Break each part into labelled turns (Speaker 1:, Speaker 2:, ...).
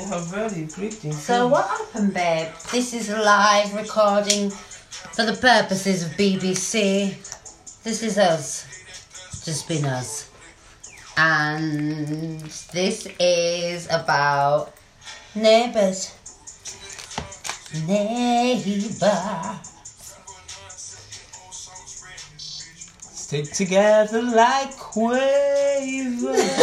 Speaker 1: How very pretty.
Speaker 2: So what happened, babe? This is a live recording for the purposes of BBC. This is us, just been us, and this is about neighbours. Neighbour,
Speaker 1: Stick together like waves.
Speaker 2: did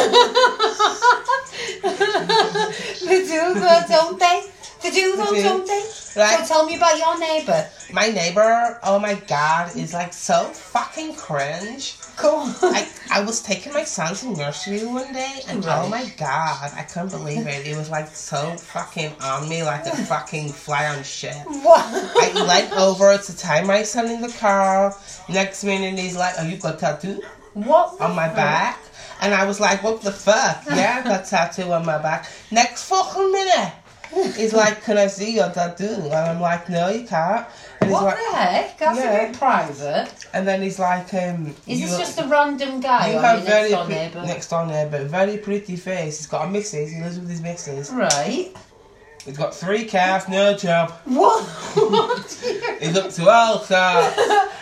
Speaker 2: you go something? Did you go
Speaker 1: Okay.
Speaker 2: something? So
Speaker 1: Right.
Speaker 2: tell me about your neighbour.
Speaker 1: my neighbor, oh my god, is like so fucking cringe.
Speaker 2: Go on.
Speaker 1: I, I was taking my son to nursery one day, and oh my god, I couldn't believe it. It was like so fucking on me, like a fucking fly on shit.
Speaker 2: What?
Speaker 1: I leant over to tie my son in the car. Next minute, he's like, "Oh, you got tattoo
Speaker 2: What?
Speaker 1: on my back?" And I was like, "What the fuck? Yeah, I got tattoo on my back." Next fucking minute, he's like, "Can I see your tattoo?" And I'm like, "No, you can't." And he's
Speaker 2: What
Speaker 1: like,
Speaker 2: the heck? That's a
Speaker 1: Yeah.
Speaker 2: bit private.
Speaker 1: and then he's like, um,
Speaker 2: Is
Speaker 1: you,
Speaker 2: this just a random guy
Speaker 1: you
Speaker 2: on
Speaker 1: have
Speaker 2: your next
Speaker 1: very
Speaker 2: door
Speaker 1: pre-
Speaker 2: neighbour?
Speaker 1: next door neighbor, very pretty face. He's got a missus. He lives with his missus.
Speaker 2: Right.
Speaker 1: He's got three cats, no job.
Speaker 2: What? what do you-
Speaker 1: He's up to all sorts.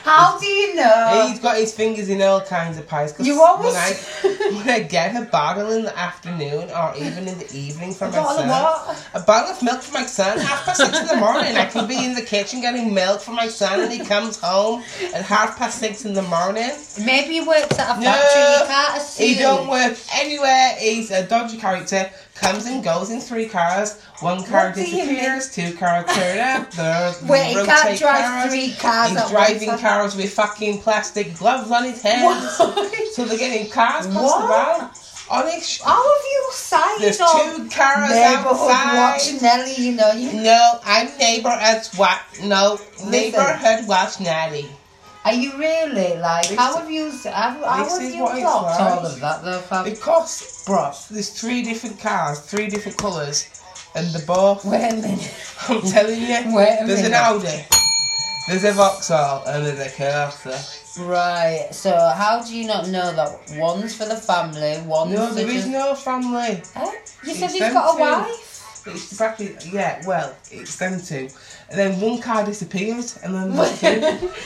Speaker 2: How do you know?
Speaker 1: He's got his fingers in all kinds of pies. 'cause
Speaker 2: You always-
Speaker 1: When I, when I get a bottle in the afternoon or even in the evening for
Speaker 2: A
Speaker 1: my
Speaker 2: bottle of
Speaker 1: son,
Speaker 2: what?
Speaker 1: a bottle of milk for my son. Half past six in the morning, I can be in the kitchen getting milk for my son, and he comes home at half past six in the morning.
Speaker 2: Maybe he works at a factory.
Speaker 1: No,
Speaker 2: you can't assume.
Speaker 1: He don't work anywhere. He's a dodgy character. Comes and goes in three cars. One car
Speaker 2: What do you
Speaker 1: disappears. Two cars turn up. The
Speaker 2: Wait, he can't
Speaker 1: rotate
Speaker 2: drive
Speaker 1: cars.
Speaker 2: three cars at
Speaker 1: He's driving
Speaker 2: once.
Speaker 1: cars with fucking plastic gloves on his hands.
Speaker 2: What?
Speaker 1: So they're getting cars passed
Speaker 2: What?
Speaker 1: around. Honest,
Speaker 2: How have you signed
Speaker 1: there's
Speaker 2: on
Speaker 1: two cars
Speaker 2: neighbourhood
Speaker 1: outside.
Speaker 2: watch Nelly? You know you.
Speaker 1: No, I'm neighbor as what? No,
Speaker 2: Listen.
Speaker 1: neighborhood watch natty.
Speaker 2: Are you really like? how have you? How, how
Speaker 1: this
Speaker 2: have
Speaker 1: is
Speaker 2: you
Speaker 1: what it's
Speaker 2: got
Speaker 1: like.
Speaker 2: all of that though, Fab?
Speaker 1: Because
Speaker 2: Bruh.
Speaker 1: there's three different cars, three different colours, and the both.
Speaker 2: Wait a minute.
Speaker 1: I'm telling you,
Speaker 2: Wait a
Speaker 1: there's an
Speaker 2: minute.
Speaker 1: Audi, there's a Vauxhall, and there's a Corsa.
Speaker 2: Right. So how do you not know that one's for the family, one's
Speaker 1: No,
Speaker 2: for
Speaker 1: there is
Speaker 2: just...
Speaker 1: no family.
Speaker 2: Eh? You said
Speaker 1: It's
Speaker 2: you've got a
Speaker 1: empty.
Speaker 2: wife.
Speaker 1: It's exactly yeah. Well, it's them two, and then one car disappears, and then there's two,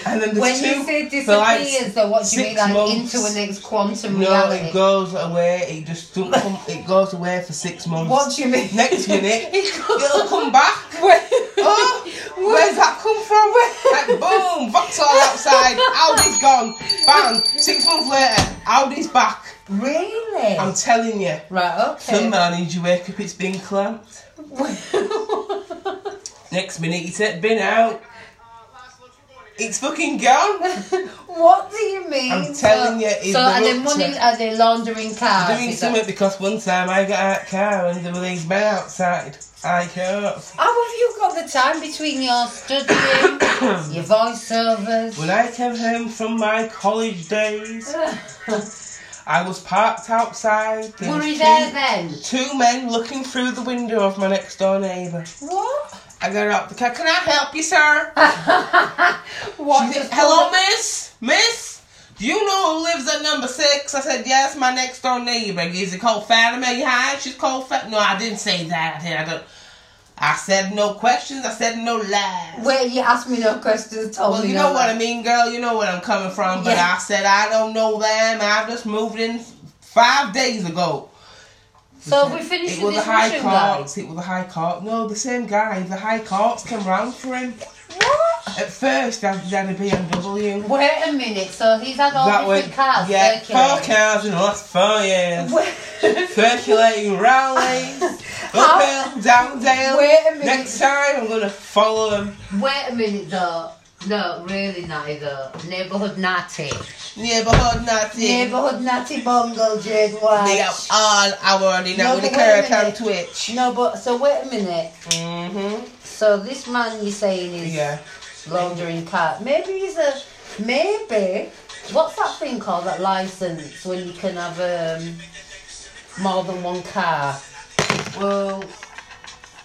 Speaker 1: and then there's
Speaker 2: When
Speaker 1: two.
Speaker 2: you say
Speaker 1: for like
Speaker 2: disappears, though, what do you
Speaker 1: six
Speaker 2: mean, like
Speaker 1: months.
Speaker 2: into an ex quantum
Speaker 1: No,
Speaker 2: reality?
Speaker 1: it goes away. It just don't come. It goes away for six months.
Speaker 2: What do you mean?
Speaker 1: Next minute,
Speaker 2: It goes-
Speaker 1: it'll come back.
Speaker 2: Where-
Speaker 1: Oh, where's that come from? Like boom, Vauxhall outside. Audi's gone. Bang. Six months later, Audi's back.
Speaker 2: Really?
Speaker 1: I'm telling you.
Speaker 2: Right.
Speaker 1: Some
Speaker 2: Okay.
Speaker 1: mornings you wake up, it's been clamped. Next minute, it's been out. It's fucking gone.
Speaker 2: what do you mean?
Speaker 1: I'm telling you,
Speaker 2: So,
Speaker 1: it's
Speaker 2: so are they
Speaker 1: corruption.
Speaker 2: money? Are they laundering cars?
Speaker 1: Doing
Speaker 2: Is that-
Speaker 1: something because one time I got out of car and there were these men outside. I can't.
Speaker 2: How have you got the time between your studying, your voiceovers?
Speaker 1: When I came home from my college days, I was parked outside. There
Speaker 2: Were
Speaker 1: was
Speaker 2: you
Speaker 1: two-
Speaker 2: there then?
Speaker 1: Two men looking through the window of my next door neighbour.
Speaker 2: What?
Speaker 1: I got out the car. Can I help you, sir?
Speaker 2: What?
Speaker 1: She said, Hello, miss. Miss, do you know who lives at number six? I said, yes, my next door neighbor. Is it called Fatima? Yeah, she's called Fatima. No, I didn't say that. I, didn't, I, don't. I said no questions. I said no lies.
Speaker 2: Wait, you asked me no questions. Told
Speaker 1: Well,
Speaker 2: me
Speaker 1: you
Speaker 2: no
Speaker 1: know what I
Speaker 2: lies.
Speaker 1: mean, girl. You know where I'm coming from. But
Speaker 2: Yeah.
Speaker 1: I said, I don't know them. I just moved in five days ago.
Speaker 2: So we finished
Speaker 1: It was
Speaker 2: with
Speaker 1: the
Speaker 2: this
Speaker 1: high
Speaker 2: Russian guy.
Speaker 1: courts. It was the high court. No, the same guy. The high courts came round for him.
Speaker 2: What?
Speaker 1: At first, I had a BMW.
Speaker 2: Wait a minute. So he's had all
Speaker 1: That
Speaker 2: different
Speaker 1: went,
Speaker 2: cars
Speaker 1: yeah, four
Speaker 2: circulating.
Speaker 1: cars in the last four years.
Speaker 2: Wait-
Speaker 1: Circulating rallies,
Speaker 2: How-
Speaker 1: uphill, downhill.
Speaker 2: Wait a minute.
Speaker 1: Next time I'm gonna follow them.
Speaker 2: Wait a minute though. No, really natty though. Neighbourhood natty.
Speaker 1: Neighborhood Nazi.
Speaker 2: Neighbourhood natty bungle, Jade White.
Speaker 1: They are all our they know
Speaker 2: No,
Speaker 1: the
Speaker 2: but wait a
Speaker 1: curve on
Speaker 2: minute.
Speaker 1: Twitch.
Speaker 2: No, but so wait a minute.
Speaker 1: Mm-hmm.
Speaker 2: So this man you're saying is
Speaker 1: Yeah.
Speaker 2: laundering car. Maybe he's a maybe. What's that thing called? That license when you can have um more than one car.
Speaker 1: Well,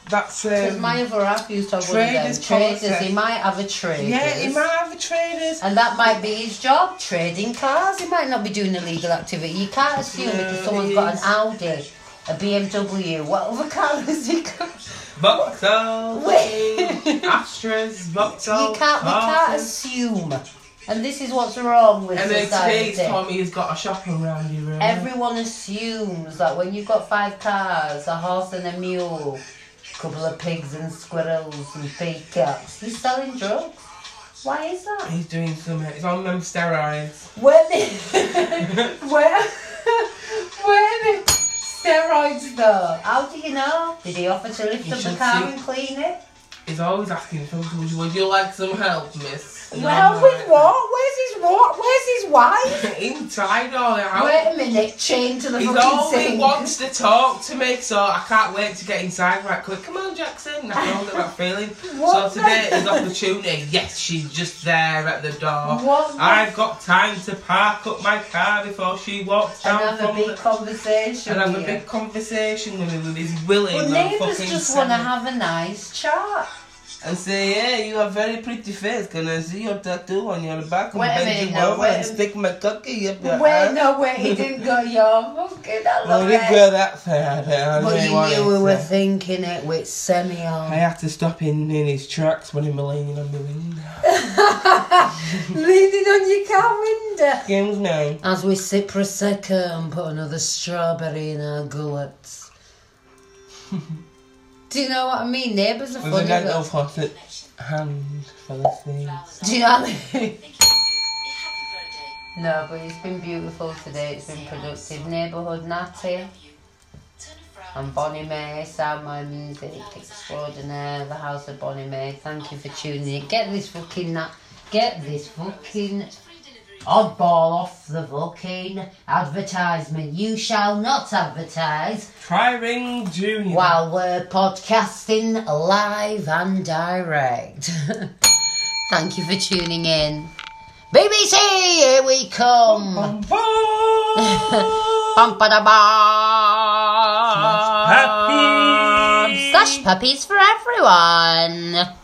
Speaker 1: that's
Speaker 2: Because
Speaker 1: um.
Speaker 2: my other half used to have one of them.
Speaker 1: Traders
Speaker 2: Traders.
Speaker 1: policy.
Speaker 2: He might have a trade.
Speaker 1: yeah, he might have a traders.
Speaker 2: And that might be his job, trading cars. He might not be doing illegal activity. You can't assume
Speaker 1: No,
Speaker 2: because someone's
Speaker 1: he
Speaker 2: got an
Speaker 1: is.
Speaker 2: Audi a BMW. What other car is he got?
Speaker 1: Vauxhall,
Speaker 2: Wait.
Speaker 1: Queen, Astras, Vauxhall.
Speaker 2: You can't, we can't
Speaker 1: Carlton. assume.
Speaker 2: assume. And this is what's wrong with
Speaker 1: And then
Speaker 2: society.
Speaker 1: today's Tommy has got a shop around you, really.
Speaker 2: Everyone assumes that when you've got five cars, a horse and a mule, a couple of pigs and squirrels and peacocks, you're selling drugs. Why is that?
Speaker 1: He's doing something. He's on them steroids.
Speaker 2: Were they, were, were they steroids though? How do you know? Did he offer to lift
Speaker 1: You
Speaker 2: up the
Speaker 1: should
Speaker 2: car
Speaker 1: see-
Speaker 2: and clean it?
Speaker 1: He's always asking for would you, would you like some help, miss? And
Speaker 2: Well,
Speaker 1: I'm
Speaker 2: with
Speaker 1: like,
Speaker 2: what? Where's his what? Where's his wife?
Speaker 1: Inside all the house.
Speaker 2: Wait a minute, chain to the
Speaker 1: He's
Speaker 2: fucking
Speaker 1: always
Speaker 2: sink.
Speaker 1: wants to talk to me, so I can't wait to get inside right quick. Come on, Jackson. I know that that feeling.
Speaker 2: What
Speaker 1: so today
Speaker 2: the-
Speaker 1: is opportunity. Yes, she's just there at the door.
Speaker 2: What the-
Speaker 1: I've got time to park up my car before she walks
Speaker 2: and
Speaker 1: down
Speaker 2: have a
Speaker 1: from
Speaker 2: big
Speaker 1: the-
Speaker 2: conversation.
Speaker 1: and have a
Speaker 2: here.
Speaker 1: big conversation with him with his willing
Speaker 2: Well,
Speaker 1: and
Speaker 2: neighbours
Speaker 1: fucking
Speaker 2: just
Speaker 1: selling.
Speaker 2: want to have a nice chat.
Speaker 1: and say, yeah, you have very pretty face. Can I see your tattoo on your back?
Speaker 2: Wait a
Speaker 1: and
Speaker 2: minute
Speaker 1: bend you
Speaker 2: now,
Speaker 1: over
Speaker 2: wait
Speaker 1: and
Speaker 2: a-
Speaker 1: stick my cocky up your
Speaker 2: Wait,
Speaker 1: ass.
Speaker 2: no, wait, he didn't go, yo, fucking, I
Speaker 1: Well,
Speaker 2: love
Speaker 1: we
Speaker 2: it.
Speaker 1: go that far down.
Speaker 2: But
Speaker 1: they
Speaker 2: you
Speaker 1: wanted
Speaker 2: knew we were
Speaker 1: to-
Speaker 2: thinking it with semi
Speaker 1: I
Speaker 2: on.
Speaker 1: had to stop in, in his tracks when he was leaning on the window.
Speaker 2: Leaning on your car window.
Speaker 1: Games now.
Speaker 2: As we sip Prosecco and put another strawberry in our gullets. Do you know what I mean? Neighbours are
Speaker 1: With a
Speaker 2: funny.
Speaker 1: gang
Speaker 2: but-
Speaker 1: of hot hand for the thing.
Speaker 2: Do you know what I mean?
Speaker 3: Thank you. Happy birthday.
Speaker 2: No, but it's been beautiful today. It's been productive. Neighbourhood Natty
Speaker 3: Love you. Turn
Speaker 2: and Bonnie May, Sound My Music, Extraordinaire, The House of Bonnie May. Thank you for tuning in. Get this fucking nat. Get this fucking
Speaker 3: Free delivery.
Speaker 2: oddball off the fucking advertisement. You shall not advertise
Speaker 1: Tryring Junior.
Speaker 2: while we're podcasting live and direct. Thank you for tuning in. BBC, here we come.
Speaker 1: Bum, bum.
Speaker 2: Bum, ba, da, ba.
Speaker 1: Slash puppy.
Speaker 2: Slash puppies for everyone.